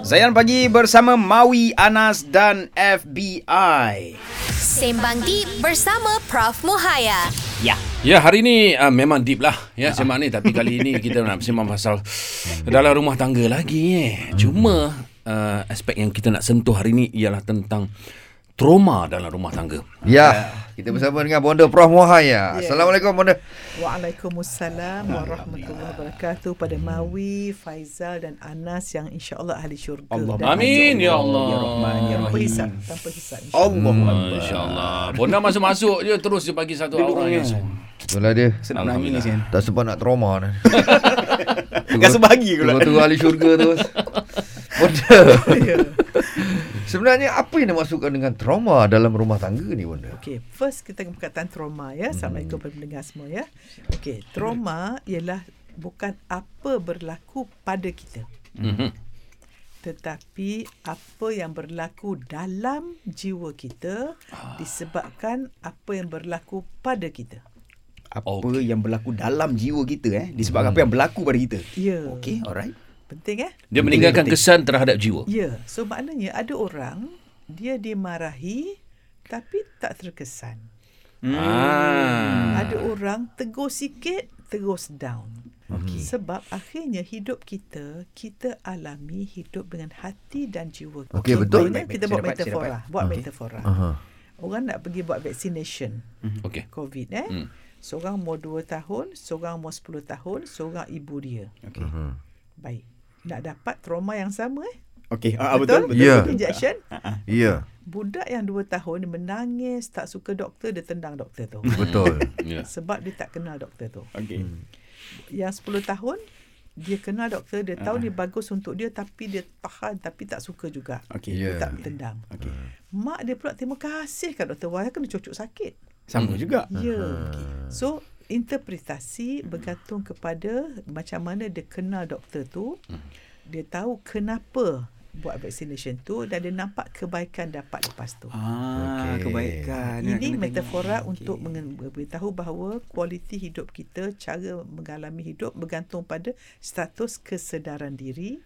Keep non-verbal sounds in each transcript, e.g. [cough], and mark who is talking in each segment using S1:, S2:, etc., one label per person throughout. S1: Zayan Pagi bersama Maui Anas dan FBI.
S2: Sembang Deep bersama Prof Muhaya.
S1: Ya.
S3: Ya hari ni uh, memang deep lah ya sembang ni tapi kali ni kita nak sembang pasal dalam rumah tangga lagi eh. Cuma uh, aspek yang kita nak sentuh hari ni ialah tentang trauma dalam rumah tangga.
S4: Ya, kita bersama dengan Bonda Prof Muhaya.
S5: Ya.
S4: Assalamualaikum Bonda.
S5: Waalaikumsalam warahmatullahi wabarakatuh pada Mawi, Faizal dan Anas yang insya-Allah ahli syurga.
S1: Allah
S5: dan
S3: Amin ya Allah.
S1: Ya Rahman, ya
S5: tanpa
S1: Rahim.
S5: hisab, tanpa hisab. insya-Allah.
S1: Allah
S3: Uh, InsyaAllah Bonda masuk-masuk je Terus dia bagi satu aura yang
S4: Itulah dia.
S1: Senang menangis kan.
S4: Tak sempat nak
S1: [laughs]
S4: trauma dah.
S1: Kasih bagi pula.
S4: Tunggu-tunggu ahli syurga
S5: [laughs]
S4: terus. Bonda.
S5: Ya.
S4: Sebenarnya apa yang dimaksudkan dengan trauma dalam rumah tangga ni Hmm. Bonda?
S5: Okey, first kita perkataan trauma ya. Assalamualaikum kepada pendengar semua ya. Okey, trauma ialah bukan apa berlaku pada kita,
S3: mm-hmm.
S4: Hmm.
S5: tetapi apa yang berlaku dalam jiwa kita
S4: Ah.
S5: disebabkan apa yang berlaku pada kita.
S1: Apa yang berlaku dalam jiwa kita eh disebabkan apa yang berlaku pada kita.
S5: Ya.
S1: Okey, alright.
S5: Penting eh?
S3: Dia meninggalkan kesan terhadap jiwa
S5: Ya, so maknanya ada orang dia dimarahi tapi tak terkesan.
S3: Hmm.
S1: Hmm.
S3: ah.
S5: Ada orang tegur sikit terus down. Okay. Sebab akhirnya hidup kita kita alami hidup dengan hati dan jiwa.
S4: Okey, betul.
S5: Contohnya,
S1: Baik, baik,
S5: kita
S1: baik. Saya
S5: buat
S1: dapat, saya
S5: metafora,
S1: dapat.
S5: buat metafora.
S4: Aha.
S5: Orang nak pergi buat vaccination
S1: Mhm.
S3: Okay
S5: COVID eh.
S3: Hmm.
S5: Seorang umur 2 tahun, seorang umur 10 tahun, seorang ibu dia.
S1: Okey.
S5: Baik. Nak dapat trauma yang sama eh.
S1: Okey, ah, ah, betul betul.
S4: Ya.
S1: betul.
S5: Injection.
S4: Ya,
S5: Budak yang 2 tahun menangis tak suka doktor dia tendang doktor
S1: [laughs]
S5: tu.
S4: betul.
S3: yeah.
S5: Sebab dia tak kenal doktor tu.
S1: Okey.
S5: Yang 10 tahun dia kenal doktor, dia
S1: Ah.
S5: tahu dia bagus untuk dia tapi dia tahan tapi tak suka juga.
S1: Okey.
S4: Ya.
S5: Dia tak tendang.
S1: Okey.
S5: Mak dia pula terima kasih kat doktor Wah kena cucuk sakit.
S1: Sama juga.
S5: Ya. Okay. So interpretasi bergantung kepada macam mana dia kenal doktor tu.
S1: Hmm.
S5: Dia tahu kenapa buat vaccination tu dan dia nampak kebaikan dapat lepas tu.
S1: Ah,
S4: Okey.
S1: kebaikan. Nak
S5: Ini
S1: kena
S5: metafora
S1: tengok.
S5: untuk
S1: Okey.
S5: mengen- memberitahu bahawa kualiti hidup kita, cara mengalami hidup bergantung pada status kesedaran diri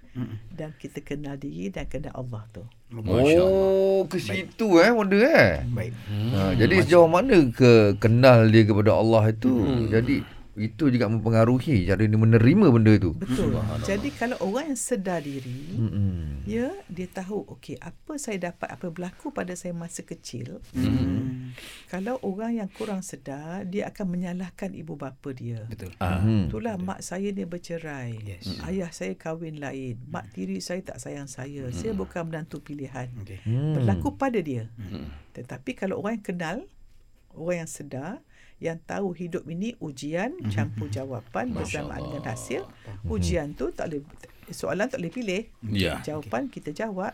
S5: dan kita kenal diri dan kenal Allah tu.
S3: Masya Allah
S4: Oh, ke situ eh Bonda eh.
S1: Baik.
S4: Ha, jadi sejauh mana ke kenal dia kepada Allah itu.
S1: Hmm.
S4: Jadi itu juga mempengaruhi cara dia menerima benda itu.
S5: Betul. Jadi kalau orang yang sedar diri,
S1: Mm.
S4: Hmm.
S5: ya, dia tahu okey apa saya dapat, apa berlaku pada saya masa kecil.
S1: Hmm.
S5: Kalau orang yang kurang sedar, dia akan menyalahkan ibu bapa dia.
S1: Betul.
S3: ah.
S4: Hmm.
S5: Itulah mak saya ni bercerai. Hmm.
S1: Yes.
S5: Ayah saya kahwin lain. Mak tiri saya tak sayang saya. Saya bukan menantu pilihan.
S1: Okey.
S5: Berlaku pada dia. Tetapi kalau orang yang kenal, orang yang sedar, yang tahu hidup ini ujian campur jawapan bersamaan dengan hasil. Ujian tu tak boleh soalan tak boleh pilih.
S3: Ya
S5: Jawapan kita jawab.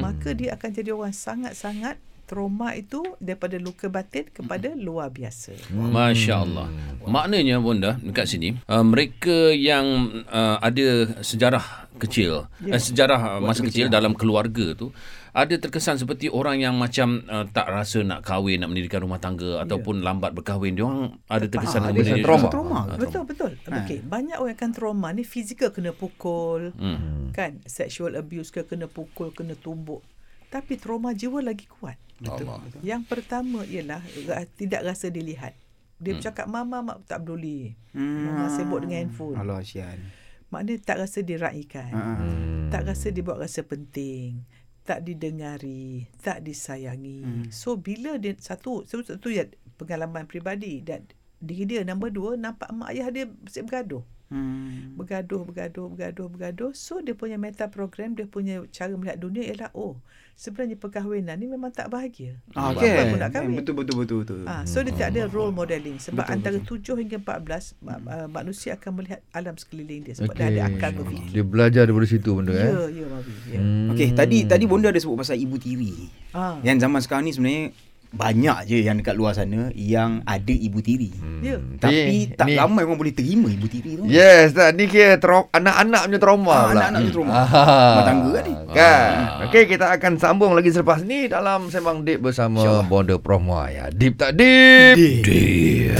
S5: Maka dia akan jadi orang sangat-sangat trauma itu daripada luka batin kepada luar biasa.
S3: Masya Allah. Hmm. Maknanya Bonda dekat sini uh, mereka yang uh, ada sejarah kecil, yeah. eh, sejarah uh, masa kecil dalam keluarga tu ada terkesan seperti orang yang macam uh, tak rasa nak kahwin, nak mendirikan rumah tangga yeah. ataupun lambat berkahwin. Dia orang ada terkesan
S1: Ah,
S3: ah,
S1: ada
S3: benda ni.
S4: trauma.
S1: Trauma. ke?
S5: Betul betul. Ha. Okey, banyak orang akan trauma ni fizikal kena pukul, hmm. kan? Sexual abuse ke kena pukul, kena tumbuk. Tapi trauma jiwa lagi kuat.
S3: Allah.
S5: Yang pertama ialah ra- tidak rasa dilihat. Dia hmm. bercakap mama mak tak peduli. Hmm. Mama sibuk dengan handphone.
S1: Allah sian.
S5: Maknanya tak rasa diraikan. Hmm. Tak rasa dibuat rasa penting. Tak didengari, tak disayangi. Hmm. So bila dia satu satu, satu ya pengalaman pribadi dan diri dia nombor dua nampak mak ayah dia asyik bergaduh.
S1: Hmm.
S5: Bergaduh, bergaduh, bergaduh, bergaduh. So dia punya meta program, dia punya cara melihat dunia ialah oh, sebenarnya perkahwinan ni memang tak bahagia.
S1: Ah,
S5: Sebab
S1: okay.
S5: apa nak kahwin?
S1: Betul betul betul betul.
S5: Ah, so dia tak ada role modeling sebab
S1: Betul,
S5: betul, antara betul. 7 hingga 14 ma- uh, manusia akan melihat alam sekeliling dia sebab okay. dia
S4: Okey.
S5: ada akal berfikir.
S4: Dia belajar daripada situ benda
S5: Ya,
S4: eh.
S5: ya Mawi. Ya.
S1: Okey, tadi tadi Bonda ada sebut pasal ibu tiri.
S5: Ah.
S1: Yang zaman sekarang ni sebenarnya banyak je yang dekat luar sana yang ada ibu tiri. Hmm.
S5: Ya.
S1: Tapi
S4: Ni-
S1: tak
S4: ni-
S1: ramai orang boleh terima ibu tiri tu.
S4: Yes, tak ni kira tra- anak-anak punya trauma
S1: Ah,
S4: pula.
S1: anak-anak punya trauma.
S4: Ah.
S1: Rumah tangga kan ni.
S4: Kan. Okey, kita akan sambung lagi selepas ni dalam sembang deep bersama Bonda Promo ya. Deep tak deep?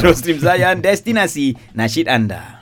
S1: Terus stream Zayan destinasi nasyid anda.